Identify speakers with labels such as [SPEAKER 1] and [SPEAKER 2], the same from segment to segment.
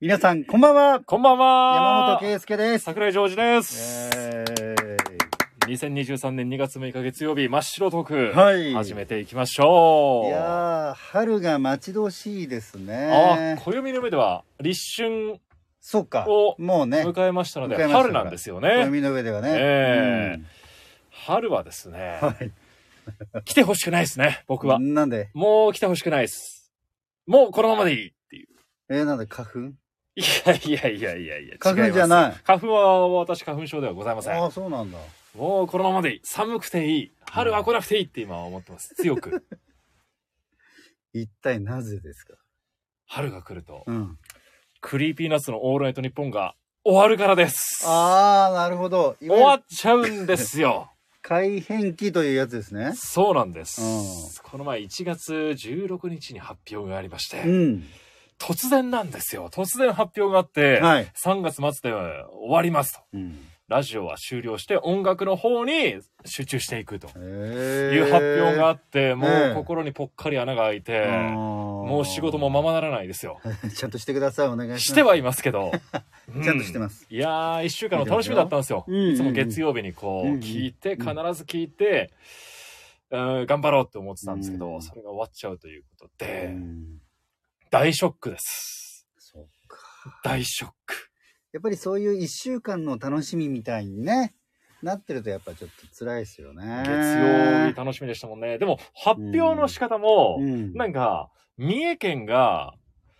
[SPEAKER 1] 皆さん、こんばんは。
[SPEAKER 2] こんばん
[SPEAKER 1] 山
[SPEAKER 2] は
[SPEAKER 1] 本圭介です。
[SPEAKER 2] 桜井ジョージです
[SPEAKER 1] え
[SPEAKER 2] 2023年2月6日月曜日真っ白トーク、
[SPEAKER 1] はい
[SPEAKER 2] 始めていきましょ
[SPEAKER 1] ー、
[SPEAKER 2] う
[SPEAKER 1] いやー、春が待ち遠しいです
[SPEAKER 2] あ
[SPEAKER 1] ね。
[SPEAKER 2] 暦の上では立春
[SPEAKER 1] そうか
[SPEAKER 2] お。
[SPEAKER 1] もうね、
[SPEAKER 2] 迎えましたので、
[SPEAKER 1] 迎えました
[SPEAKER 2] 春なんですよね
[SPEAKER 1] 暦の上ではね。
[SPEAKER 2] え春はですね
[SPEAKER 1] うんはい。
[SPEAKER 2] 来てほしくないですね僕は
[SPEAKER 1] なんで
[SPEAKER 2] もう来てほしくないですもうこのままでいいっていう
[SPEAKER 1] えー、なんで花粉
[SPEAKER 2] いやいやいやいやいや
[SPEAKER 1] 花粉じゃ
[SPEAKER 2] い
[SPEAKER 1] ない。
[SPEAKER 2] ます花粉は私花粉症ではございません
[SPEAKER 1] ああ、そうなんだ。
[SPEAKER 2] もうこのままでいい寒くていい春は来なくていいって今は思ってます強く
[SPEAKER 1] 一体なぜですか
[SPEAKER 2] 春が来ると
[SPEAKER 1] うん。
[SPEAKER 2] クリーピーナッツの「オールナイトニッポン」が終わるからです
[SPEAKER 1] ああ、なるほど。い
[SPEAKER 2] 終わ
[SPEAKER 1] わゆる
[SPEAKER 2] っちゃうんですよ
[SPEAKER 1] 改変期というやつですね。
[SPEAKER 2] そうなんです、
[SPEAKER 1] う
[SPEAKER 2] この前1月16日に発表がありまして、
[SPEAKER 1] うん。
[SPEAKER 2] 突然なんですよ突然発表があって、
[SPEAKER 1] はい。
[SPEAKER 2] 3月末で終わりますと
[SPEAKER 1] うん、
[SPEAKER 2] ラジオは終了して音楽の方に集中していくと
[SPEAKER 1] え
[SPEAKER 2] いう発表があって、も
[SPEAKER 1] え
[SPEAKER 2] う
[SPEAKER 1] え
[SPEAKER 2] 心にぽっかり穴が開いて、も
[SPEAKER 1] も
[SPEAKER 2] う仕事もままならないですよ
[SPEAKER 1] ちゃんとしてください。お願いします。
[SPEAKER 2] してはいますけど、
[SPEAKER 1] ちゃんとしてます。
[SPEAKER 2] いやー1週間の楽しみだったんですよ、
[SPEAKER 1] うんうんうん
[SPEAKER 2] いつも月曜日にこう
[SPEAKER 1] うんうん
[SPEAKER 2] 聞いて、
[SPEAKER 1] うん
[SPEAKER 2] 必ず聞いて、うん頑張ろうって思ってたんですけど、
[SPEAKER 1] うん
[SPEAKER 2] それが終わっちゃうということで、
[SPEAKER 1] うん
[SPEAKER 2] 大ショックです
[SPEAKER 1] そうか。
[SPEAKER 2] 大ショック
[SPEAKER 1] やっぱりそういう一週間の楽しみみたいにね、なってるとやっぱちょっと辛いですよね。
[SPEAKER 2] 月曜日楽しみでしたもんねでも発表の仕方も、
[SPEAKER 1] うん
[SPEAKER 2] なんか三重県が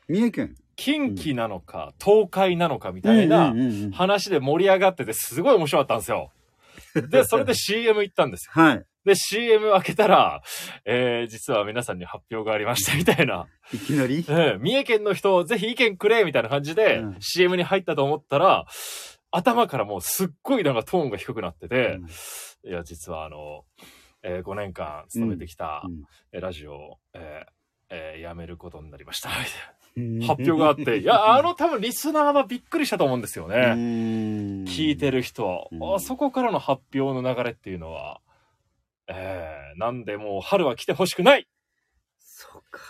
[SPEAKER 1] 三重県。
[SPEAKER 2] 近畿なのか、東海なのかみたいな
[SPEAKER 1] うんうんうんうん
[SPEAKER 2] 話で盛り上がっててすごい面白かったんですよでそれで CM 行ったんですよ
[SPEAKER 1] はい。
[SPEAKER 2] で、CM 開けたら、えー、実は皆さんに発表がありましたみたいな。
[SPEAKER 1] いきなり
[SPEAKER 2] うん、三重県の人、ぜひ意見くれみたいな感じで、
[SPEAKER 1] うん
[SPEAKER 2] CM に入ったと思ったら、頭からもうすっごいなんかトーンが低くなってて、いや、実はあの、えー5年間勤めてきた、えーラジオを、えーえー辞めることになりました。発表が あって、いや、あの多分リスナーはびっくりしたと思うんですよね。聞
[SPEAKER 1] 聞
[SPEAKER 2] いてる人は、
[SPEAKER 1] うん
[SPEAKER 2] あそこからの発表の流れっていうのは、えー、なんでもう春は来てほしくない
[SPEAKER 1] そうか。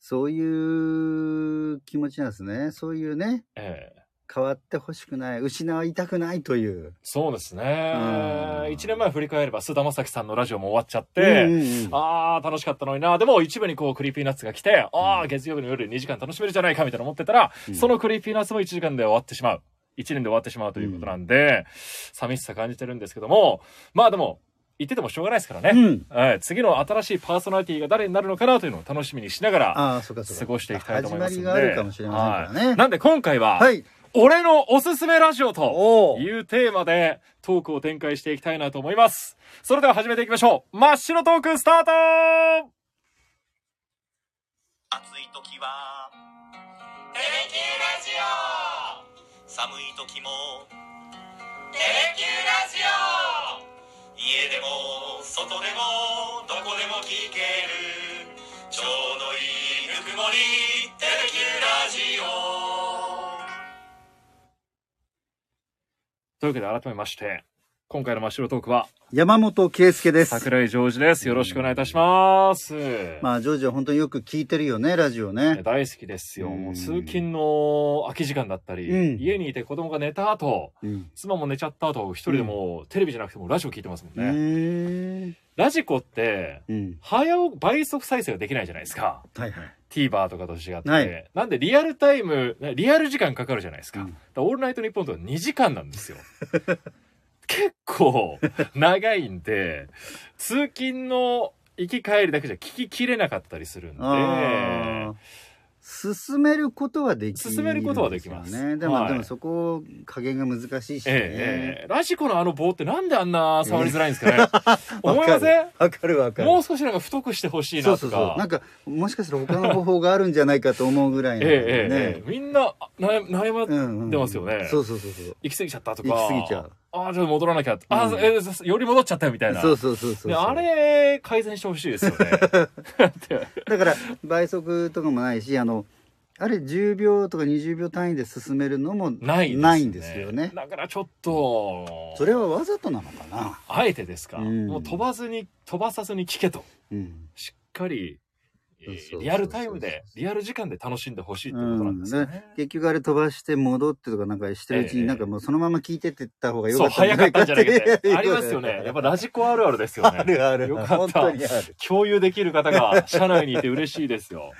[SPEAKER 1] そういう気持ちなんですね。そういうね、
[SPEAKER 2] えー、
[SPEAKER 1] 変わってほしくない、失いたくないという。
[SPEAKER 2] そうですね
[SPEAKER 1] うん。
[SPEAKER 2] 一年前振り返れば、菅田将暉さんのラジオも終わっちゃって、
[SPEAKER 1] うんうんうん
[SPEAKER 2] あー、楽しかったのにな。でも、一部にこう、クリーピーナッツが来て、あー、月曜日の夜2時間楽しめるじゃないか、みたいな思ってたら、
[SPEAKER 1] うん
[SPEAKER 2] そのクリーピーナッツも1時間で終わってしまう。1年で終わってしまうということなんで、寂しさ感じてるんですけども、まあでも、言っててもしょうがないですからね。
[SPEAKER 1] うん。
[SPEAKER 2] はい、次の新しいパーソナリティが誰になるのかなというのを楽しみにしながら
[SPEAKER 1] ああ、そうかそうか。
[SPEAKER 2] 過ごしていきたいと思います
[SPEAKER 1] 始
[SPEAKER 2] の
[SPEAKER 1] ま
[SPEAKER 2] で
[SPEAKER 1] りがあるかもしれませんから
[SPEAKER 2] は
[SPEAKER 1] ね。
[SPEAKER 2] いなんで今回は、
[SPEAKER 1] はい。
[SPEAKER 2] 俺のおすすめラジオと
[SPEAKER 1] おお。
[SPEAKER 2] いうテーマでトークを展開していきたいなと思いますそれでは始めていきましょう真っ白トークスタート
[SPEAKER 3] 暑い時は「テレキューラジオ」寒い時も「テレキューラジオ」家でも外でもどこでも聞けるちょうどいいぬくもり「テレキューラジオ」
[SPEAKER 2] というわけで改めまして今回の真っ白トークは
[SPEAKER 1] 山本圭介です。
[SPEAKER 2] 桜井ジョージですよろしくお願いいたします、
[SPEAKER 1] まあ、ジョージは本当によく聞いてるよね、ラジオね。
[SPEAKER 2] 大好きですよ。
[SPEAKER 1] うん
[SPEAKER 2] もう通勤の空き時間だったり、
[SPEAKER 1] うん
[SPEAKER 2] 家にいて子供が寝た後、
[SPEAKER 1] うん。
[SPEAKER 2] 妻も寝ちゃった後一人でもうテレビじゃなくてもラジオ聞いてますもん
[SPEAKER 1] う
[SPEAKER 2] ね、
[SPEAKER 1] ーん。
[SPEAKER 2] ラジコって
[SPEAKER 1] うん。
[SPEAKER 2] 早お倍速再生ができないじゃないですか
[SPEAKER 1] はいはい。
[SPEAKER 2] TVer とかと違って、
[SPEAKER 1] はい
[SPEAKER 2] なんでリアルタイムリアル時間かかるじゃないですか,、
[SPEAKER 1] うん
[SPEAKER 2] だからオールナイトニッポンとか2時間なんですよ 結構長いんで通勤の行き帰りだけじゃ聞ききれなかったりするんで
[SPEAKER 1] ああ。進めることはできるんですよ
[SPEAKER 2] 進めることはできます
[SPEAKER 1] ね。でも、
[SPEAKER 2] はい
[SPEAKER 1] でもそこ、加減が難しいしね。
[SPEAKER 2] ええええラジコのあの棒ってなんであんな触りづらいんです かね、思いません
[SPEAKER 1] わかるわかる。
[SPEAKER 2] もう少しなんか太くしてほしいな
[SPEAKER 1] そ
[SPEAKER 2] とか
[SPEAKER 1] うそうそう。なんか、もしかしたら他の方法があるんじゃないかと思うぐらい
[SPEAKER 2] え
[SPEAKER 1] のね。
[SPEAKER 2] えええええみんなあ悩悩ま、
[SPEAKER 1] うんうん。
[SPEAKER 2] 出ますよね
[SPEAKER 1] そうそうそうそう。
[SPEAKER 2] 行き過ぎちゃったとか
[SPEAKER 1] 行き過ぎちゃう。
[SPEAKER 2] ああちょっと戻らなきゃ、ああ
[SPEAKER 1] うん
[SPEAKER 2] えーより戻っちゃったみたいな
[SPEAKER 1] そうそうそうそう。
[SPEAKER 2] ねあれ改善してほしいです よね
[SPEAKER 1] だから倍速とかもないしあのあれ10秒とか20秒単位で進めるのも
[SPEAKER 2] ないですね
[SPEAKER 1] ないんですよね
[SPEAKER 2] だからちょっと
[SPEAKER 1] それはわざとなのかな、
[SPEAKER 2] あえてですか、
[SPEAKER 1] うん
[SPEAKER 2] もう飛ばずに飛ばさずに聞けと
[SPEAKER 1] うん、
[SPEAKER 2] しっかりえー
[SPEAKER 1] そうそうそう
[SPEAKER 2] リアルタイムで、リアル時間で楽しんでほしいってことなんですよね。
[SPEAKER 1] 結局あれ飛ばして戻ってとかなんかしてるうち
[SPEAKER 2] え
[SPEAKER 1] に
[SPEAKER 2] え
[SPEAKER 1] なんかもうそのまま聞いてってった方がよ
[SPEAKER 2] そ
[SPEAKER 1] か
[SPEAKER 2] う、
[SPEAKER 1] った
[SPEAKER 2] 早かったんじゃないかっ
[SPEAKER 1] いう
[SPEAKER 2] て。ありますよね。やっぱラジコあるあるですよね。
[SPEAKER 1] あるある
[SPEAKER 2] よかった
[SPEAKER 1] 本当にある
[SPEAKER 2] 共有できる方が社内にいて嬉しいですよ。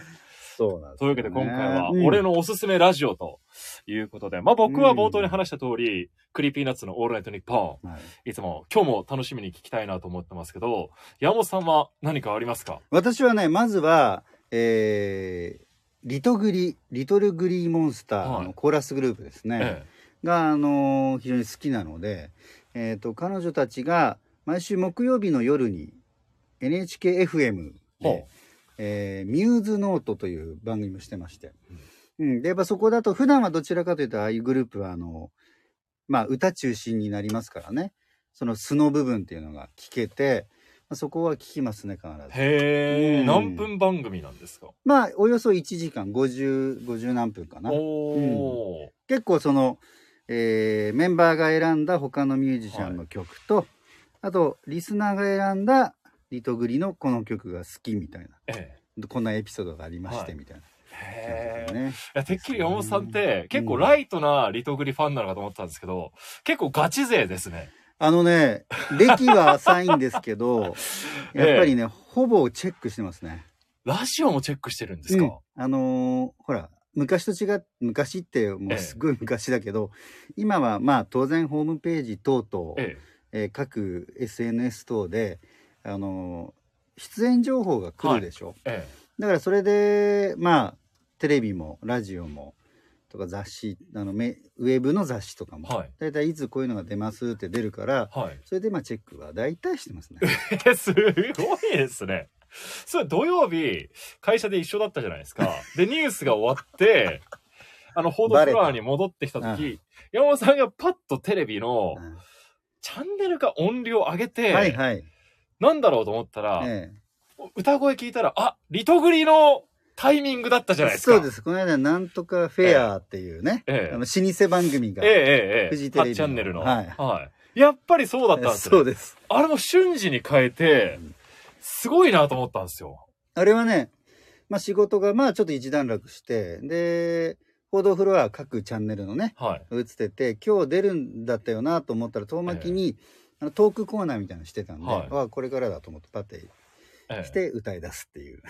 [SPEAKER 1] そうなんです
[SPEAKER 2] とい
[SPEAKER 1] よ
[SPEAKER 2] うわ
[SPEAKER 1] ね
[SPEAKER 2] けで今回は、
[SPEAKER 1] うん
[SPEAKER 2] 俺のおすすめラジオということで、まあ僕は冒頭に話した通り、クリーピーナッツのオールナイトニッポ
[SPEAKER 1] はい
[SPEAKER 2] ン、いつも今日も楽しみに聞きたいなと思ってますけど、山本さんは何かありますか
[SPEAKER 1] 私はねまずはえーリトグリリトルグリーモンスター
[SPEAKER 2] はい
[SPEAKER 1] のコーラスグループですね、
[SPEAKER 2] え
[SPEAKER 1] が、あのー非常に好きなので、えー、と彼女たちが毎週木曜日の夜に NHKFM
[SPEAKER 2] え。ほ
[SPEAKER 1] で、えーミューズノートという番組もしてまして、うん、でやっぱそこだと普段はどちらかというとああいうグループはあの、まあ、歌中心になりますからねその素の部分っていうのが聞けて、まあ、そこは聞きますね必
[SPEAKER 2] う
[SPEAKER 1] ず。
[SPEAKER 2] へえ、
[SPEAKER 1] うん
[SPEAKER 2] 何分番組なんですか
[SPEAKER 1] まあおよそ1時間5050何分かな。
[SPEAKER 2] おー。
[SPEAKER 1] 結構その、えーメンバーが選んだ他のミュージシャンの曲と、あとリスナーが選んだリトグリのこの曲が好きみたいな
[SPEAKER 2] ええ。
[SPEAKER 1] こんなエピソードがありまし
[SPEAKER 2] はい
[SPEAKER 1] てみたいな感じ
[SPEAKER 2] へ
[SPEAKER 1] です
[SPEAKER 2] え。
[SPEAKER 1] ね。
[SPEAKER 2] いや、てっきり山本さんって結構ライトなリトグリファンなのかと思ってたんですけど、結構ガチ勢ですね。
[SPEAKER 1] あのね歴は浅いんですけ ど
[SPEAKER 2] ええ
[SPEAKER 1] やっぱりね、ほぼチェックしてますね。
[SPEAKER 2] ラジオもチェックしてるんですか、
[SPEAKER 1] うんあのーほら昔と違って昔ってもうすごい昔だけど、今はまあ当然ホームページ等々、
[SPEAKER 2] え
[SPEAKER 1] えー各 SNS 等で、あのー出演情報が来るでしょ、
[SPEAKER 2] え。ええ。
[SPEAKER 1] だからそれでまあテレビもラジオもとか雑誌あのめウェブの雑誌とかも、
[SPEAKER 2] はい
[SPEAKER 1] だいたいいつこういうのが出ますって出るから
[SPEAKER 2] はい。
[SPEAKER 1] それでまあチェックは大体してますね。
[SPEAKER 2] え、すごいですね。それ土曜日、会社で一緒だったじゃないですか。で、ニュースが終わって、あの、報道フロアに戻ってきた
[SPEAKER 1] バレ
[SPEAKER 2] 時山本さんがパッとテレビの
[SPEAKER 1] うん
[SPEAKER 2] チャンネルが音量上げて、
[SPEAKER 1] はいはい、
[SPEAKER 2] なんだろうと思ったら、
[SPEAKER 1] え
[SPEAKER 2] 歌声聞いたら、あ、リトグリのタイミングだったじゃない
[SPEAKER 1] え、
[SPEAKER 2] ですか。
[SPEAKER 1] そうですこの間なんとかフェアっていうね、
[SPEAKER 2] ええ
[SPEAKER 1] あの老舗番組が、
[SPEAKER 2] ええええええ。
[SPEAKER 1] フジテレビの
[SPEAKER 2] 8チャンネルの。
[SPEAKER 1] はい
[SPEAKER 2] いやっぱりそうだったんです
[SPEAKER 1] そ
[SPEAKER 2] よ
[SPEAKER 1] う。です
[SPEAKER 2] あれも瞬時に変えて
[SPEAKER 1] うん、
[SPEAKER 2] すごいなと思ったんですよ。
[SPEAKER 1] あれはね、まあ、仕事がまあちょっと一段落してで報道フロア各チャンネルのね
[SPEAKER 2] はい。
[SPEAKER 1] 映ってて今日出るんだったよなと思ったら遠巻きに、あのトークコーナーみたいなのしてたんで、
[SPEAKER 2] はい
[SPEAKER 1] ああこれからだと思ってパッて
[SPEAKER 2] え
[SPEAKER 1] 来
[SPEAKER 2] え、
[SPEAKER 1] て歌い出すっていう。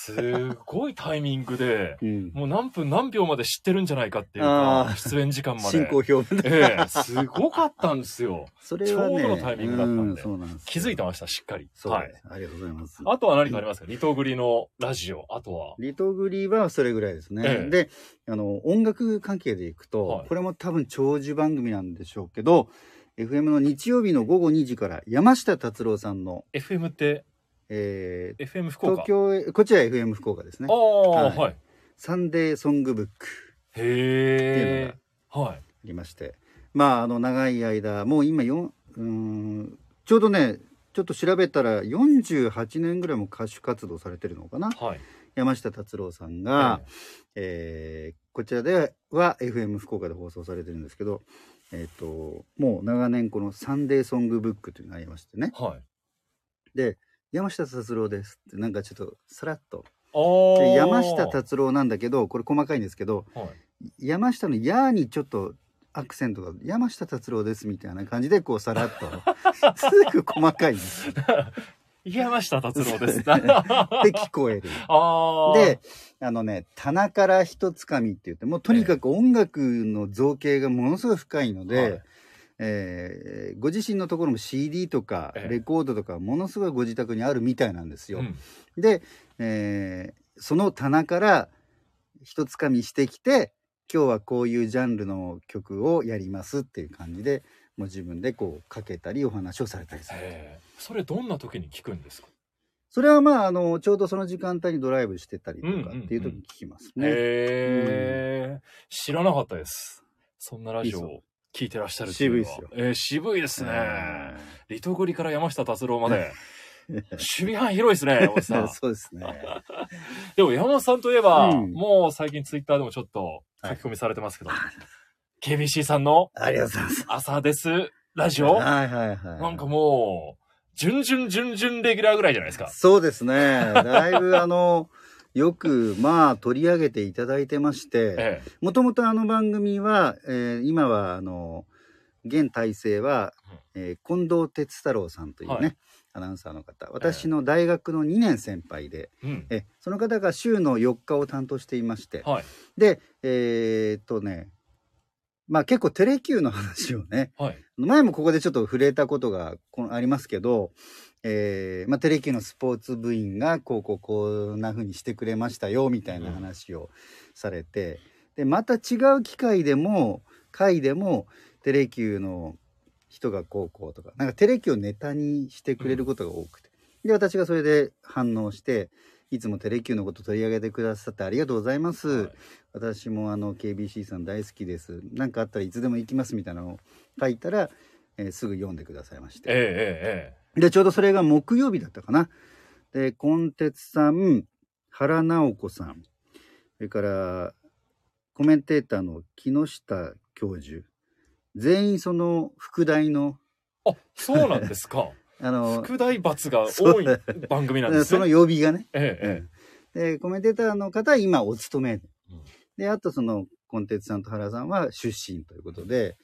[SPEAKER 2] すごいタイミングで、
[SPEAKER 1] うん
[SPEAKER 2] もう何分何秒まで知ってるんじゃないかっていう
[SPEAKER 1] あ
[SPEAKER 2] か、
[SPEAKER 1] ー
[SPEAKER 2] 出演時間ま
[SPEAKER 1] 進
[SPEAKER 2] で
[SPEAKER 1] 行。表みたいな
[SPEAKER 2] ええ、すごかったんですよ。
[SPEAKER 1] それはね
[SPEAKER 2] ちょうどのタイミングだったんで
[SPEAKER 1] うそうなんですよ
[SPEAKER 2] 気づいてました、しっかり。
[SPEAKER 1] そう
[SPEAKER 2] は
[SPEAKER 1] で
[SPEAKER 2] い
[SPEAKER 1] す。ありがとうございます
[SPEAKER 2] あとは何かありますかリトグリのラジオ。あとは。
[SPEAKER 1] リトグリはそれぐらいですね、
[SPEAKER 2] ええ
[SPEAKER 1] であの音楽関係でいくと、
[SPEAKER 2] はい
[SPEAKER 1] これも多分長寿番組なんでしょうけど FM の日曜日の午後2時から山下達郎さんの、
[SPEAKER 2] FM って、
[SPEAKER 1] えー
[SPEAKER 2] FM 福岡。
[SPEAKER 1] 東京へこちら FM 福岡ですね
[SPEAKER 2] ああ、
[SPEAKER 1] はい
[SPEAKER 2] はい。
[SPEAKER 1] サンデーソングブックっていうの
[SPEAKER 2] へえ。はい。
[SPEAKER 1] ありましてまああの長い間もう今ようーんちょうどねちょっと調べたら48年ぐらいも歌手活動されてるのかな
[SPEAKER 2] はい。
[SPEAKER 1] 山下達郎さんが、えーこちらでは FM 福岡で放送されてるんですけど、えー、ともう長年この「サンデーソングブック」というのがありましてね
[SPEAKER 2] はい。
[SPEAKER 1] 「山下達郎です」ってなんかちょっとさらっと
[SPEAKER 2] ああ。
[SPEAKER 1] で山下達郎なんだけどこれ細かいんですけど
[SPEAKER 2] はい。
[SPEAKER 1] 山下の「や」にちょっとアクセントが「山下達郎です」みたいな感じでこうさらっと すぐ細かいんですよ
[SPEAKER 2] 山下達郎 です。
[SPEAKER 1] って聞こえる。
[SPEAKER 2] ああ。
[SPEAKER 1] で、あのね「棚から一つかみ」って言ってもうとにかく音楽の造形がものすごい深いので、
[SPEAKER 2] はい
[SPEAKER 1] えーご自身のところも CD とか
[SPEAKER 2] ええ
[SPEAKER 1] レコードとかものすごいご自宅にあるみたいなんですよ。
[SPEAKER 2] うん
[SPEAKER 1] で、えーその棚から一つかみしてきて今日はこういうジャンルの曲をやりますっていう感じでもう自分でこうかけたりお話をされたりする。
[SPEAKER 2] へえそれどんな時に聞くんですか
[SPEAKER 1] それはまああのちょうどその時間帯にドライブしてたりとかっていう
[SPEAKER 2] うんうんう
[SPEAKER 1] 時
[SPEAKER 2] ん
[SPEAKER 1] に聞きますね。
[SPEAKER 2] へえ、知らなかったです。そんなラジオ
[SPEAKER 1] いい
[SPEAKER 2] を聞いてらっしゃるっていうのは
[SPEAKER 1] 渋いっす
[SPEAKER 2] えー渋いですね。リトグリから山下達郎ま で。
[SPEAKER 1] うん
[SPEAKER 2] 守備範囲広いですね、山本さん
[SPEAKER 1] そうですね。
[SPEAKER 2] でも山本さんといえば、
[SPEAKER 1] うん
[SPEAKER 2] もう最近ツイッターでもちょっと書き込みされてますけど、KBC さんの
[SPEAKER 1] ありがとうございます。
[SPEAKER 2] 朝ですラジオ、
[SPEAKER 1] はいはいはい。
[SPEAKER 2] なんかもう、準々準々レギュラーぐらいじゃないですか。
[SPEAKER 1] そうですね。だいぶあの、よく、まあ、取り上げていただいてまして、
[SPEAKER 2] え
[SPEAKER 1] もともとあの番組は、えー今は、あの、現体制は、えー近藤哲太郎さんというね、
[SPEAKER 2] はい
[SPEAKER 1] アナウンサーの方、私の大学の2年先輩で、
[SPEAKER 2] えうん。
[SPEAKER 1] えその方が週の4日を担当していまして、
[SPEAKER 2] はい。
[SPEAKER 1] で、えーっとね、まあ結構テレキューの話をね、
[SPEAKER 2] はい。
[SPEAKER 1] 前もここでちょっと触れたことがこのありますけど、えーまあ、テレキューのスポーツ部員がこうこうこんな風にしてくれましたよみたいな話をされて、でまた違う機会でも回でもテレキューの人がこうこうとかなんかテレキューをネタにしてくれることが多くて、で私がそれで反応していつもテレキューのこと取り上げてくださってありがとうございます、
[SPEAKER 2] はい
[SPEAKER 1] 私もあの KBC さん大好きです何かあったらいつでも行きますみたいなのを書いたら、えーすぐ読んでくださいまし
[SPEAKER 2] ええ
[SPEAKER 1] て
[SPEAKER 2] えええ
[SPEAKER 1] でちょうどそれが木曜日だったかなで近鉄さん原直子さんそれからコメンテーターの木下教授全員その副題の
[SPEAKER 2] えあ、そうなんですか。
[SPEAKER 1] あの
[SPEAKER 2] 副題 罰が多い番組なんです
[SPEAKER 1] その
[SPEAKER 2] ね。
[SPEAKER 1] 曜日がね
[SPEAKER 2] えええ
[SPEAKER 1] でコメンテーターの方は今お勤めで
[SPEAKER 2] うん
[SPEAKER 1] であとそのコンテンツさんと原さんは出身ということで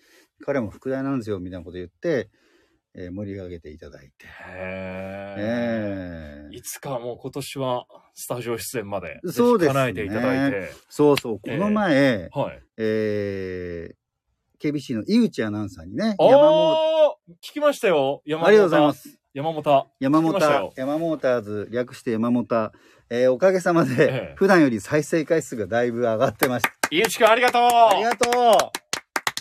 [SPEAKER 1] 彼も副題なんですよみたいなこと言って、えー盛り上げていただいて、
[SPEAKER 2] えへえ
[SPEAKER 1] ええ
[SPEAKER 2] いつかもう今年はスタジオ出演までぜひ
[SPEAKER 1] そうですね
[SPEAKER 2] 叶えていただいて、
[SPEAKER 1] そうそうこの前、え
[SPEAKER 2] はい。
[SPEAKER 1] ー KBC の井内アナウンサーにね
[SPEAKER 2] あ
[SPEAKER 1] 山本
[SPEAKER 2] あ聞きましたよ。山本
[SPEAKER 1] ありがとうございます
[SPEAKER 2] 山本。
[SPEAKER 1] 山
[SPEAKER 2] 聞きました
[SPEAKER 1] 本
[SPEAKER 2] よ
[SPEAKER 1] 山モーターズ略して山本、えーおかげさまで、
[SPEAKER 2] ええ
[SPEAKER 1] 普段より再生回数がだいぶ上がってました
[SPEAKER 2] ゆうちくんありがとう
[SPEAKER 1] ありがとう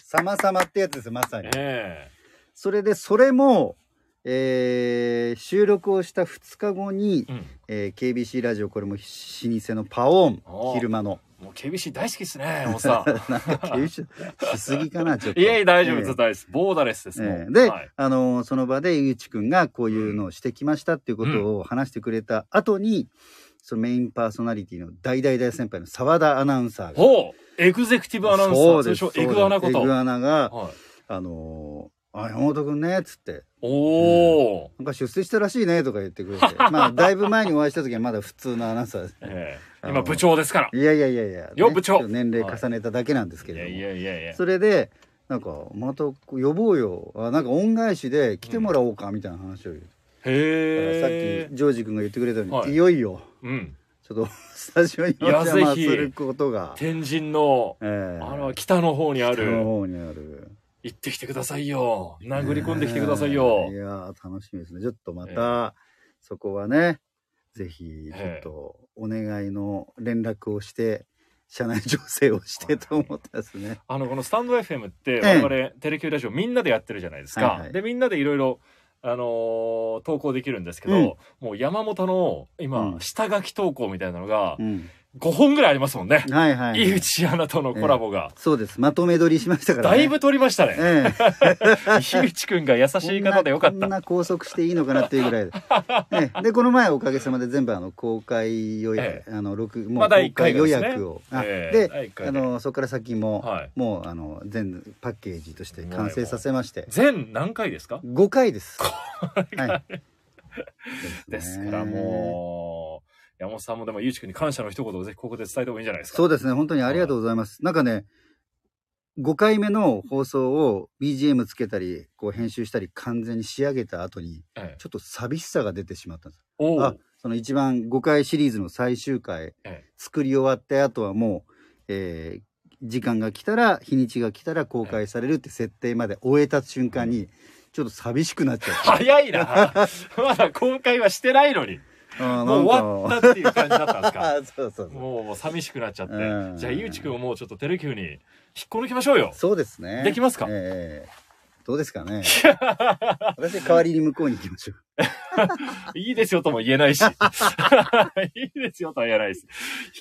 [SPEAKER 1] 様々ってやつですまさに、
[SPEAKER 2] え
[SPEAKER 1] それで、それも、えー収録をした2日後に
[SPEAKER 2] え、うん。
[SPEAKER 1] えー KBC ラジオ、これも老舗のパオーン
[SPEAKER 2] お、ー
[SPEAKER 1] 昼間の。
[SPEAKER 2] もう KBC 大好きで すね、おさん。
[SPEAKER 1] なんか、KBC しすぎかな、ちょっと。
[SPEAKER 2] いえいえ、大丈夫
[SPEAKER 1] え
[SPEAKER 2] で
[SPEAKER 1] ー
[SPEAKER 2] す、大丈夫です。ボーダレスですもん。
[SPEAKER 1] えーで、
[SPEAKER 2] はい
[SPEAKER 1] あのーその場で、ゆうちくんがこういうのをしてきましたっていうことを話してくれた後に、そのメインパーソナリティの大大大先輩の澤田アナウンサーが。
[SPEAKER 2] ほうエグゼクティブアナウンサ
[SPEAKER 1] そ
[SPEAKER 2] ー、
[SPEAKER 1] うで
[SPEAKER 2] 通
[SPEAKER 1] す
[SPEAKER 2] 称エグアナこと。
[SPEAKER 1] エグアナが、
[SPEAKER 2] はい、
[SPEAKER 1] あのーあ、山本くんね、つって。
[SPEAKER 2] おー、
[SPEAKER 1] なんか出世したらしいねとか言ってくれて まあだいぶ前にお会いした時はまだ普通のアナウンサーです
[SPEAKER 2] ええ
[SPEAKER 1] あの
[SPEAKER 2] 今部長ですから。
[SPEAKER 1] いやいやいやいや、
[SPEAKER 2] よ部長
[SPEAKER 1] ちょっと年齢重ねただけなんですけ
[SPEAKER 2] い
[SPEAKER 1] れど
[SPEAKER 2] や
[SPEAKER 1] も、
[SPEAKER 2] いやいやいや。
[SPEAKER 1] それでなんかまた呼ぼうよあなんか恩返しで来てもらおうかみたいな話を言う、だから
[SPEAKER 2] へ
[SPEAKER 1] さっ
[SPEAKER 2] え。
[SPEAKER 1] きジョージ君が言ってくれたように、
[SPEAKER 2] はい
[SPEAKER 1] い、よいよ
[SPEAKER 2] うん。
[SPEAKER 1] ちょっと スタジオにお
[SPEAKER 2] いや
[SPEAKER 1] 邪魔す
[SPEAKER 2] ぜひ
[SPEAKER 1] ることが、え
[SPEAKER 2] 天神の、
[SPEAKER 1] え
[SPEAKER 2] あの、北の方にあ
[SPEAKER 1] 北の
[SPEAKER 2] る、
[SPEAKER 1] 方にある
[SPEAKER 2] 行ってきてくださいよ。殴り込んできてくださいよ
[SPEAKER 1] ええい。やー楽しみですねちょっとまた、そこはねぜひちょっとお願いの連絡をして社内情勢をしてと思ったですね、
[SPEAKER 2] あのこのスタンド FM って
[SPEAKER 1] え
[SPEAKER 2] 我々テレキューラジオみんなでやってるじゃないですか、
[SPEAKER 1] はいはい
[SPEAKER 2] でみんなでいろいろあのー投稿できるんですけど、もう山本の今、
[SPEAKER 1] うん
[SPEAKER 2] 下書き投稿みたいなのが
[SPEAKER 1] うん
[SPEAKER 2] 5本ぐらいありますもんね、
[SPEAKER 1] はいはい、はい、
[SPEAKER 2] 井内アナとのコラボが、
[SPEAKER 1] そうです。まとめ撮りしましたから、
[SPEAKER 2] だ
[SPEAKER 1] ね。
[SPEAKER 2] いぶ撮りましたね、
[SPEAKER 1] ええ。
[SPEAKER 2] 井内くんが優しい方でよかっ
[SPEAKER 1] こんなこ
[SPEAKER 2] た
[SPEAKER 1] んな拘束していいのかなっていうぐらいで。 ええ、で、この前おかげさまで全部あの公開予約、
[SPEAKER 2] え
[SPEAKER 1] あの、録、
[SPEAKER 2] ま
[SPEAKER 1] も
[SPEAKER 2] あ
[SPEAKER 1] う
[SPEAKER 2] 第
[SPEAKER 1] 公
[SPEAKER 2] 一
[SPEAKER 1] 開
[SPEAKER 2] 回が
[SPEAKER 1] 予
[SPEAKER 2] ですね
[SPEAKER 1] 約を。あ
[SPEAKER 2] ええ第
[SPEAKER 1] で
[SPEAKER 2] 一、回
[SPEAKER 1] あ
[SPEAKER 2] で
[SPEAKER 1] の、そこから先も、
[SPEAKER 2] はい
[SPEAKER 1] もうあの、全パッケージとして完成させまして、
[SPEAKER 2] 全何回ですか
[SPEAKER 1] 5回です。はい。
[SPEAKER 2] ですからもう山本さんもでも井内くんに感謝の一言をぜひここで伝えた方がいいんじゃないですか
[SPEAKER 1] そうですね、本当にありがとうございます。なんかね、5回目の放送を BGM つけたり、こう編集したり、完全に仕上げた後に、
[SPEAKER 2] ええ
[SPEAKER 1] ちょっと寂しさが出てしまったんです。
[SPEAKER 2] お
[SPEAKER 1] あ
[SPEAKER 2] う、
[SPEAKER 1] その一番5回シリーズの最終回、
[SPEAKER 2] ええ
[SPEAKER 1] 作り終わった後はもう、えー時間が来たら、日にちが来たら公開されるって設定まで終えた瞬間に、ちょっと寂しくなっちゃ った。
[SPEAKER 2] 早いなまだ公開はしてないのに
[SPEAKER 1] あー
[SPEAKER 2] もう終わったっていう感じだったんですか
[SPEAKER 1] なんかそうそうそう。
[SPEAKER 2] もうもう寂しくなっちゃって、
[SPEAKER 1] うん
[SPEAKER 2] じゃあゆうちくんをもうちょっとテレキューに引っこ抜きましょうよ
[SPEAKER 1] そうですね。
[SPEAKER 2] できますか
[SPEAKER 1] ええどうですかね。私代わりに向こうに行きましょう。
[SPEAKER 2] いいですよとも言えないしいいですよとは言えないです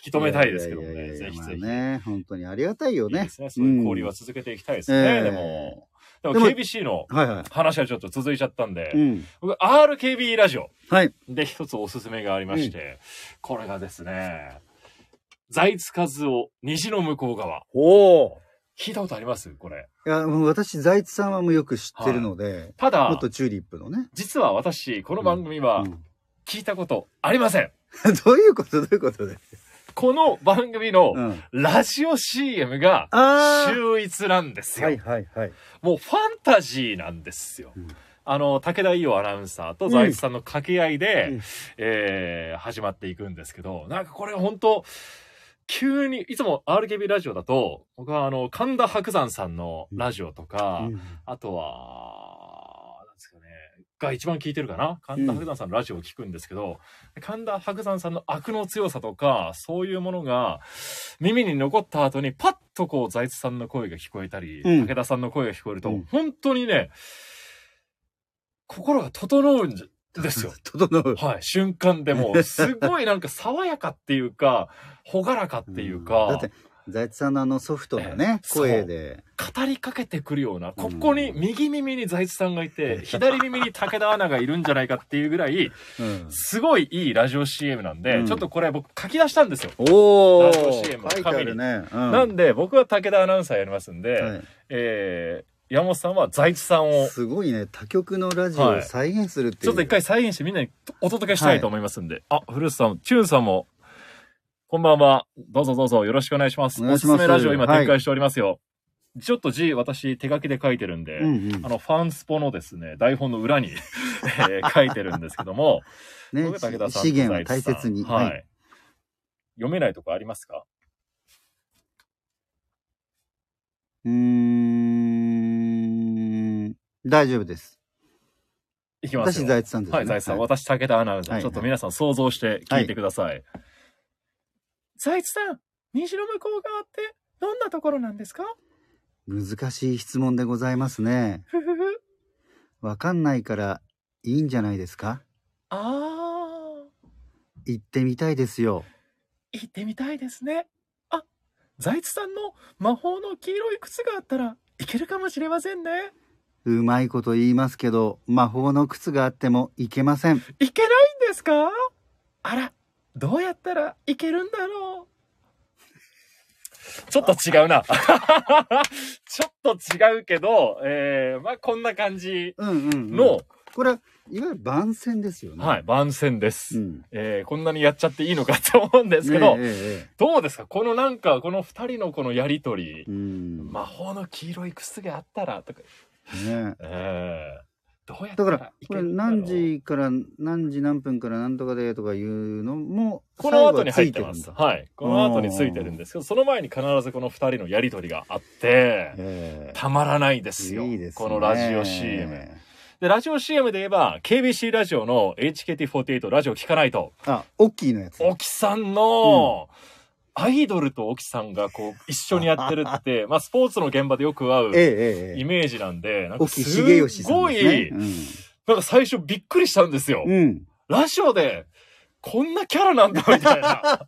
[SPEAKER 2] 引き止めたいですけども
[SPEAKER 1] いやいやいや
[SPEAKER 2] ねぜ
[SPEAKER 1] いや
[SPEAKER 2] ひ
[SPEAKER 1] まあ
[SPEAKER 2] ぜひ、
[SPEAKER 1] ね、本当にありがたいよ
[SPEAKER 2] いい
[SPEAKER 1] ね。
[SPEAKER 2] ですねそういう交流は続けていきたいですね、
[SPEAKER 1] ええ
[SPEAKER 2] でもでも
[SPEAKER 1] でも
[SPEAKER 2] KBC の
[SPEAKER 1] はいは
[SPEAKER 2] 話はちょっと続いちゃったんで、
[SPEAKER 1] い。うん。
[SPEAKER 2] 僕 RKB ラジオ
[SPEAKER 1] はい。
[SPEAKER 2] で一つおすすめがありまして、これがですね財津和夫虹の向こう側
[SPEAKER 1] おお。
[SPEAKER 2] 聞いたことありますこれ
[SPEAKER 1] いや、もう私、財津さんはもうよく知ってるので、
[SPEAKER 2] ただ
[SPEAKER 1] 元チューリップのね。
[SPEAKER 2] 実は私この番組は
[SPEAKER 1] うん
[SPEAKER 2] 聞いたことありません
[SPEAKER 1] どういうことどういうことで。
[SPEAKER 2] この番組の
[SPEAKER 1] うん。
[SPEAKER 2] ラジオ CM が
[SPEAKER 1] あー
[SPEAKER 2] 秀逸なんですよ。
[SPEAKER 1] はいはいはい。
[SPEAKER 2] もうファンタジーなんですよ。
[SPEAKER 1] うん
[SPEAKER 2] あの武田伊代アナウンサーと財津さんの掛け合いで、
[SPEAKER 1] うん
[SPEAKER 2] えー始まっていくんですけどなんかこれ本当急にいつも RKB ラジオだと僕はあの神田伯山さんのラジオとか、あとは、なんですかね、が一番聞いてるかな神田伯山さんのラジオを聞くんですけど、神田伯山さんの悪の強さとか、そういうものが、耳に残った後に、パッとこう、財津さんの声が聞こえたり、
[SPEAKER 1] うん
[SPEAKER 2] 武田さんの声が聞こえると、
[SPEAKER 1] うん
[SPEAKER 2] 本当にね、心が整うんじゃですよ。
[SPEAKER 1] 整 う。
[SPEAKER 2] はい、瞬間でもう、すごいなんか爽やかっていうか、ほがらかっていうか、
[SPEAKER 1] だって、財津さんのあのソフトのね、
[SPEAKER 2] ええ
[SPEAKER 1] 声で。
[SPEAKER 2] 語りかけてくるような、
[SPEAKER 1] う
[SPEAKER 2] こ
[SPEAKER 1] ん
[SPEAKER 2] こに右耳に財津さんがいて、左耳に武田アナがいるんじゃないかっていうぐらい、
[SPEAKER 1] うん
[SPEAKER 2] すごいいいラジオ CM なんで、
[SPEAKER 1] うん
[SPEAKER 2] ちょっとこれ僕書き出したんですよ。
[SPEAKER 1] お
[SPEAKER 2] ラジオ
[SPEAKER 1] ー
[SPEAKER 2] CM
[SPEAKER 1] 書いてあるね。う
[SPEAKER 2] なんで、僕は武田アナウンサーやりますんで、
[SPEAKER 1] はい
[SPEAKER 2] えー、山本さんは財津さんを、
[SPEAKER 1] すごいね、他局のラジオ
[SPEAKER 2] は
[SPEAKER 1] を
[SPEAKER 2] い
[SPEAKER 1] 再現するってい
[SPEAKER 2] ち
[SPEAKER 1] う。
[SPEAKER 2] ょっと一回再現してみんなにお届けしたいと思いますんで。あ、古瀬さん、チューンさんも、こんばんは。どうぞどうぞよろしくお願いします。
[SPEAKER 1] お願いします
[SPEAKER 2] おすすめラジオ今
[SPEAKER 1] はい
[SPEAKER 2] 展開しておりますよ。ちょっと字、私手書きで書いてるんで、
[SPEAKER 1] うんうん
[SPEAKER 2] あの、ファンスポのですね、台本の裏に、え ー書いてるんですけども、
[SPEAKER 1] ね
[SPEAKER 2] 僕武田さん
[SPEAKER 1] 資源は大切に。
[SPEAKER 2] はい。
[SPEAKER 1] はい。
[SPEAKER 2] 読めないとこありますか
[SPEAKER 1] うーん。大丈夫です。
[SPEAKER 2] いきます
[SPEAKER 1] 私、
[SPEAKER 2] よ。
[SPEAKER 1] 財津さんですね。
[SPEAKER 2] はい、財津さん、
[SPEAKER 1] はい
[SPEAKER 2] 私、武田アナウンサー、
[SPEAKER 1] はい
[SPEAKER 2] ちょっと皆さん想像して聞いてください。財津さん、虹の向こう側ってどんなところなんですか
[SPEAKER 1] 難しい質問でございますね。
[SPEAKER 2] ふふふ。
[SPEAKER 1] わかんないから、いいんじゃないですか
[SPEAKER 2] あー、
[SPEAKER 1] 行ってみたいですよ。
[SPEAKER 2] 行ってみたいですね。あ、財津さんの魔法の黄色い靴があったらいけるかもしれませんね。
[SPEAKER 1] うまいこと言いますけど、魔法の靴があっても行けません。
[SPEAKER 2] いけないんですかあら、どうやったらいけるんだろう ちょっと違うな。ちょっと違うけど、えー、まあこんな感じ
[SPEAKER 1] うんうん、うん。
[SPEAKER 2] の、
[SPEAKER 1] これは、いわゆる番宣ですよね。
[SPEAKER 2] はい、番宣で
[SPEAKER 1] う
[SPEAKER 2] す。
[SPEAKER 1] ん。
[SPEAKER 2] えー、こんなにやっちゃっていいのかと思うんですけど、
[SPEAKER 1] ねえええ
[SPEAKER 2] どうですかこのなんか、この二人のこのやりとり
[SPEAKER 1] え、うん。
[SPEAKER 2] 魔法の黄色い靴があったら、とか、
[SPEAKER 1] ね
[SPEAKER 2] えー、どうやっ
[SPEAKER 1] だ
[SPEAKER 2] た
[SPEAKER 1] から
[SPEAKER 2] ら、い
[SPEAKER 1] こ
[SPEAKER 2] け
[SPEAKER 1] れ
[SPEAKER 2] るんだろう
[SPEAKER 1] 何時から何時何分から何とかでとかいうのも、
[SPEAKER 2] この後に入って
[SPEAKER 1] 最後
[SPEAKER 2] ま
[SPEAKER 1] はつい
[SPEAKER 2] す。
[SPEAKER 1] るんだ。
[SPEAKER 2] はい。この後についてるんですけど、その前に必ずこの二人のやりとりがあって、
[SPEAKER 1] え
[SPEAKER 2] たまらないで
[SPEAKER 1] え
[SPEAKER 2] すよ。
[SPEAKER 1] いいですね
[SPEAKER 2] このラジオ CM。で、ラジオ CM で言えば、KBC ラジオの HKT48 ラジオ聞かないと、
[SPEAKER 1] あ、大きいのやつ。
[SPEAKER 2] 沖さんの、アイドルと沖さんがこう、一緒にやってる って、まあ、スポーツの現場でよく
[SPEAKER 1] え
[SPEAKER 2] 会
[SPEAKER 1] え
[SPEAKER 2] う
[SPEAKER 1] えええ
[SPEAKER 2] イ
[SPEAKER 1] え。
[SPEAKER 2] メージなんで、なんか
[SPEAKER 1] 沖
[SPEAKER 2] す
[SPEAKER 1] 重義さん
[SPEAKER 2] ご
[SPEAKER 1] で
[SPEAKER 2] い、
[SPEAKER 1] すね。
[SPEAKER 2] なんか最初びっくりしたんですよ。
[SPEAKER 1] うん。うん。
[SPEAKER 2] ラジオで、こんなキャラなんだ、みた いな。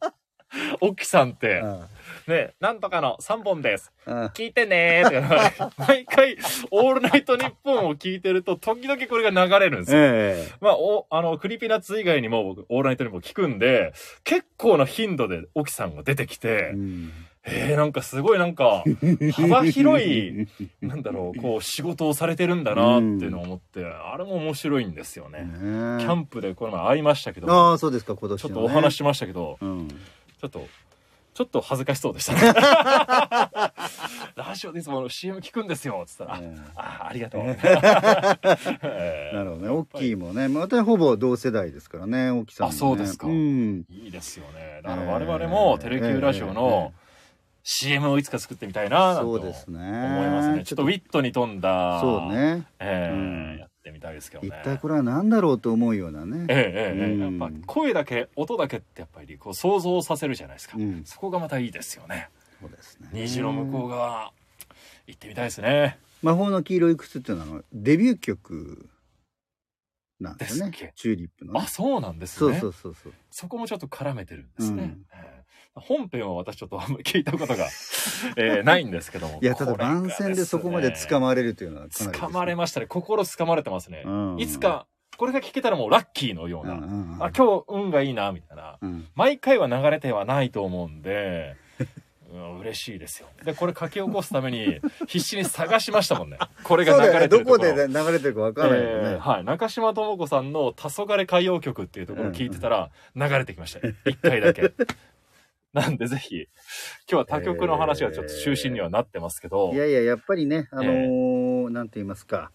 [SPEAKER 2] 沖さんって。
[SPEAKER 1] あ
[SPEAKER 2] ね、なんとかの3本です。
[SPEAKER 1] あ
[SPEAKER 2] 聞いてねーって。毎回、オールナイトニッポンを聞いてると、時々これが流れるんですよ。
[SPEAKER 1] え
[SPEAKER 2] まあ、お、あの、クリーピーナッツ以外にも僕、オールナイトニッポン聞くんで、結構な頻度で沖さんが出てき
[SPEAKER 1] え
[SPEAKER 2] て
[SPEAKER 1] う、ん
[SPEAKER 2] えー、なんかすごいなんか、幅 広い、なんだろう、こう、仕事をされてるんだなーっていうのを思って、あれも面白いんですよね。キャ
[SPEAKER 1] ね
[SPEAKER 2] ンプでこの前会いましたけ
[SPEAKER 1] え。
[SPEAKER 2] ど、
[SPEAKER 1] ああ、そうですか、今年
[SPEAKER 2] ちょ
[SPEAKER 1] の
[SPEAKER 2] っ
[SPEAKER 1] ね
[SPEAKER 2] とお話し。しましたけど、
[SPEAKER 1] うん。
[SPEAKER 2] ちょっと、ちょっと恥ずかしそう でしたね。ラジオでいつもあの CM 聞くんですよ、つったら、
[SPEAKER 1] え
[SPEAKER 2] ああ、ありがとう。
[SPEAKER 1] え
[SPEAKER 2] え
[SPEAKER 1] なるほどね。大きいもね。またほぼ同世代ですからね、大きさんもね。
[SPEAKER 2] あそうですか
[SPEAKER 1] うん。
[SPEAKER 2] ーいいですよね。だから
[SPEAKER 1] えー
[SPEAKER 2] 我々もテレキューラジオの CM をいつか作ってみたいな、なんて
[SPEAKER 1] そ
[SPEAKER 2] 思
[SPEAKER 1] う
[SPEAKER 2] い
[SPEAKER 1] ですね。
[SPEAKER 2] ますね。ちょっとウィットに富んだ、
[SPEAKER 1] そう。ね。
[SPEAKER 2] えー
[SPEAKER 1] うん
[SPEAKER 2] やってみたいですけどね
[SPEAKER 1] 一。体これは何だろうと思うようなね。
[SPEAKER 2] ええええええ
[SPEAKER 1] うん
[SPEAKER 2] やっぱ声だけ、音だけってやっぱりこう想像させるじゃないですか。
[SPEAKER 1] うん
[SPEAKER 2] そこがまたいいですよね。
[SPEAKER 1] そうですね。
[SPEAKER 2] 虹の向こう側、行ってみたいですね。
[SPEAKER 1] 魔法の黄色い靴っていうのはあのデビュー曲なんですよね
[SPEAKER 2] ですっけ
[SPEAKER 1] チューリップのね、
[SPEAKER 2] あ、そうなんです
[SPEAKER 1] そ
[SPEAKER 2] ね。
[SPEAKER 1] うそうそうそう
[SPEAKER 2] そこもちょっと絡めてるんです
[SPEAKER 1] う
[SPEAKER 2] ね
[SPEAKER 1] ん。
[SPEAKER 2] えー本編は私ちょっとあんまり聞いたこと が、えーないんですけども。
[SPEAKER 1] いやただ
[SPEAKER 2] これが
[SPEAKER 1] 番宣でそこまで掴まれるというのはかなりですね、
[SPEAKER 2] 掴まれましたね。心掴まれてますね。
[SPEAKER 1] うん
[SPEAKER 2] いつか、これが聞けたらもうラッキーのよう
[SPEAKER 1] う
[SPEAKER 2] な。
[SPEAKER 1] んうんうん
[SPEAKER 2] あ、今日運がいいな、みたいな。
[SPEAKER 1] うん
[SPEAKER 2] 毎回は流れてはないと思うんで、ううん嬉しいですよ。で、これ書き起こすために必死に探しましたもんね。これ
[SPEAKER 1] そ
[SPEAKER 2] が
[SPEAKER 1] うだ
[SPEAKER 2] 流
[SPEAKER 1] よね。
[SPEAKER 2] れて
[SPEAKER 1] ど
[SPEAKER 2] るとこ
[SPEAKER 1] こ
[SPEAKER 2] ろ。
[SPEAKER 1] でね流れてるかわからないよね。
[SPEAKER 2] えーはい、中島智子さんの「黄昏歌謡曲」っていうところを聞いてたら流れてきましたよ一回 だけなんでぜひ今日は他局の話がちょっと中心にはなってますけど、
[SPEAKER 1] いやいや、やっぱりね、あのーなんて言いますか。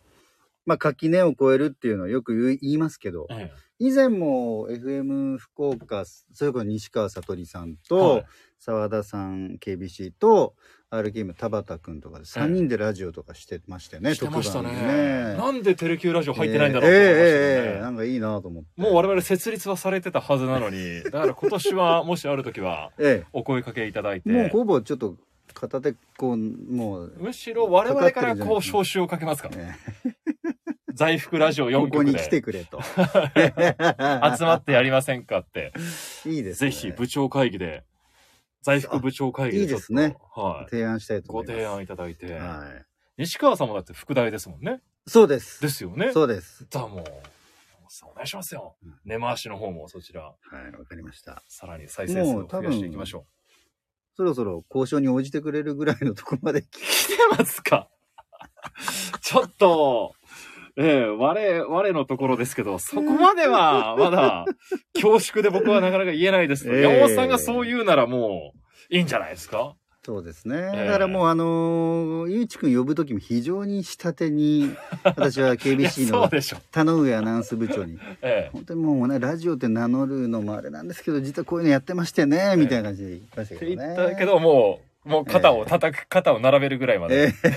[SPEAKER 1] まあ、垣根を越えるっていうのはよく言う言いますけど、
[SPEAKER 2] え
[SPEAKER 1] 以前も FM 福岡、それこそ西川さとりさん
[SPEAKER 2] は
[SPEAKER 1] と
[SPEAKER 2] い、
[SPEAKER 1] 澤田さん、KBC と、RKM 田畑くんとかで3人でラジオとかしてましたよね、
[SPEAKER 2] えしてましたね
[SPEAKER 1] 特番でね
[SPEAKER 2] なんでテレキューラジオ入ってないんだろ
[SPEAKER 1] え
[SPEAKER 2] う
[SPEAKER 1] え
[SPEAKER 2] と思いましたけどね
[SPEAKER 1] ええええなんかいいなと思って。
[SPEAKER 2] もう我々設立はされてたはずなのにだから今年はもしある時は
[SPEAKER 1] え
[SPEAKER 2] お声かけいただい
[SPEAKER 1] え。もう
[SPEAKER 2] て
[SPEAKER 1] ほぼちょっと片手こう、もう、
[SPEAKER 2] むしろ我々から
[SPEAKER 1] かかってるじゃない
[SPEAKER 2] こう招集をかけますから
[SPEAKER 1] え
[SPEAKER 2] 在福ラジオ
[SPEAKER 1] えこ
[SPEAKER 2] 4
[SPEAKER 1] こ
[SPEAKER 2] 局
[SPEAKER 1] に来て
[SPEAKER 2] で
[SPEAKER 1] くれ と。
[SPEAKER 2] 集まってやりませんかって
[SPEAKER 1] いいです
[SPEAKER 2] ぜ
[SPEAKER 1] ね。
[SPEAKER 2] ひ部長会議で、在福部長会議でち
[SPEAKER 1] い
[SPEAKER 2] ょっと
[SPEAKER 1] いですね。
[SPEAKER 2] はい。
[SPEAKER 1] 提案したいと
[SPEAKER 2] ご
[SPEAKER 1] 思います。
[SPEAKER 2] 提案いただいて、
[SPEAKER 1] は
[SPEAKER 2] 西川さんもだって副題ですもんね。
[SPEAKER 1] い。そうです。
[SPEAKER 2] ですよね。
[SPEAKER 1] そうです。
[SPEAKER 2] だもう、お願いしますよ
[SPEAKER 1] うん。
[SPEAKER 2] 根回しの方もそちら、
[SPEAKER 1] はい、わかりました。
[SPEAKER 2] さらに再生数を増やしていきましょ
[SPEAKER 1] そろそろ交渉に応じてくれるぐらいのとこまで来
[SPEAKER 2] う。 来てますかちょっと、ええ我、我のところですけど、そこまで は、まだ、恐縮で僕はなかなか言えないですけど、
[SPEAKER 1] ええ
[SPEAKER 2] 山本さんがそう言うならもう、いいんじゃないですか
[SPEAKER 1] そうですね。だからもうあのー、ゆういちくん呼ぶときも非常に下手に、私 は
[SPEAKER 2] いや、
[SPEAKER 1] KBC
[SPEAKER 2] そう
[SPEAKER 1] の
[SPEAKER 2] でしょ。
[SPEAKER 1] 田上アナウンス部長に、
[SPEAKER 2] ええ
[SPEAKER 1] 本当にもうね、ラジオって名乗るのもあれなんですけど、実はこういうのやってましてね、みたいな感じで言いました
[SPEAKER 2] っ
[SPEAKER 1] け
[SPEAKER 2] て言
[SPEAKER 1] どね。
[SPEAKER 2] ったけど、もう、もう肩を叩く、肩を並べるぐらいまで。
[SPEAKER 1] ええ、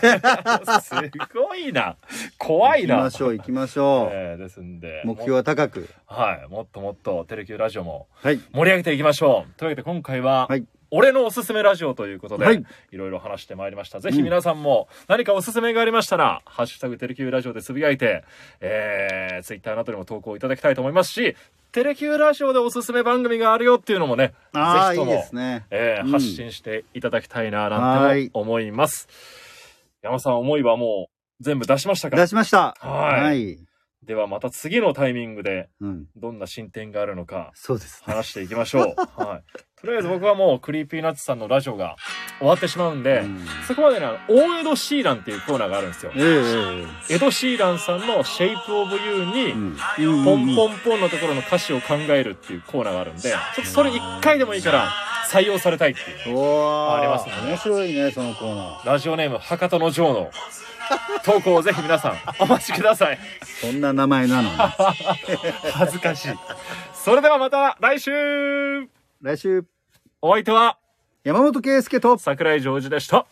[SPEAKER 2] すごいな。怖い
[SPEAKER 1] 行き
[SPEAKER 2] な。
[SPEAKER 1] ましょう、行きましょう。
[SPEAKER 2] ええですんで。
[SPEAKER 1] 目標は高く。
[SPEAKER 2] もはい。もっともっと、テレキューラジオも
[SPEAKER 1] はい。
[SPEAKER 2] 盛り上げていきましょう。というわけで、今回は、
[SPEAKER 1] はい
[SPEAKER 2] 俺のおすすめラジオということで、
[SPEAKER 1] はい
[SPEAKER 2] い、ろいろ話してまいりました。ぜひ皆さんも何かおすすめがありましたら、ハッシュタグテレキューラジオでつぶやいて、えー、ツイッターなどにも投稿いただきたいと思いますし、テレキューラジオでおすすめ番組があるよっていうのもね、ぜ
[SPEAKER 1] ああ、
[SPEAKER 2] ひ
[SPEAKER 1] い
[SPEAKER 2] と
[SPEAKER 1] い
[SPEAKER 2] も
[SPEAKER 1] ですね。
[SPEAKER 2] えー
[SPEAKER 1] うん
[SPEAKER 2] 発信していただきたいな、な
[SPEAKER 1] は
[SPEAKER 2] ん
[SPEAKER 1] い
[SPEAKER 2] ても思います。山さん、思いはもう全部出しましたか
[SPEAKER 1] 出しました。
[SPEAKER 2] はい
[SPEAKER 1] はい。
[SPEAKER 2] ではまた次のタイミングで
[SPEAKER 1] うん。
[SPEAKER 2] どんな進展があるのか
[SPEAKER 1] そうですね。
[SPEAKER 2] 話していきましょ う。はい。とりあえず僕はもうクリーピーナッツさんのラジオが終わってしまうんで、
[SPEAKER 1] うん
[SPEAKER 2] そこまでにあの大江戸シーランっていうコーナーがあるんですよ
[SPEAKER 1] え。ええ
[SPEAKER 2] 江戸シーランさんのシェイプオブユー
[SPEAKER 1] え
[SPEAKER 2] に、
[SPEAKER 1] うん
[SPEAKER 2] ポンポンポンのところの歌詞を考えるっていうコーナーがあるんで、ちょっとそれ一回でもいいから採用されたいっていう。
[SPEAKER 1] おー
[SPEAKER 2] ありますね
[SPEAKER 1] 面白いねそのコーナー
[SPEAKER 2] ラジオネーム博多のジョーの投稿をぜひ皆さんお待ちください。
[SPEAKER 1] そんな名前なの に
[SPEAKER 2] 恥ずかしい。それではまた来週
[SPEAKER 1] 来週
[SPEAKER 2] お相手は
[SPEAKER 1] 山本圭介と
[SPEAKER 2] 桜井ジョージでした。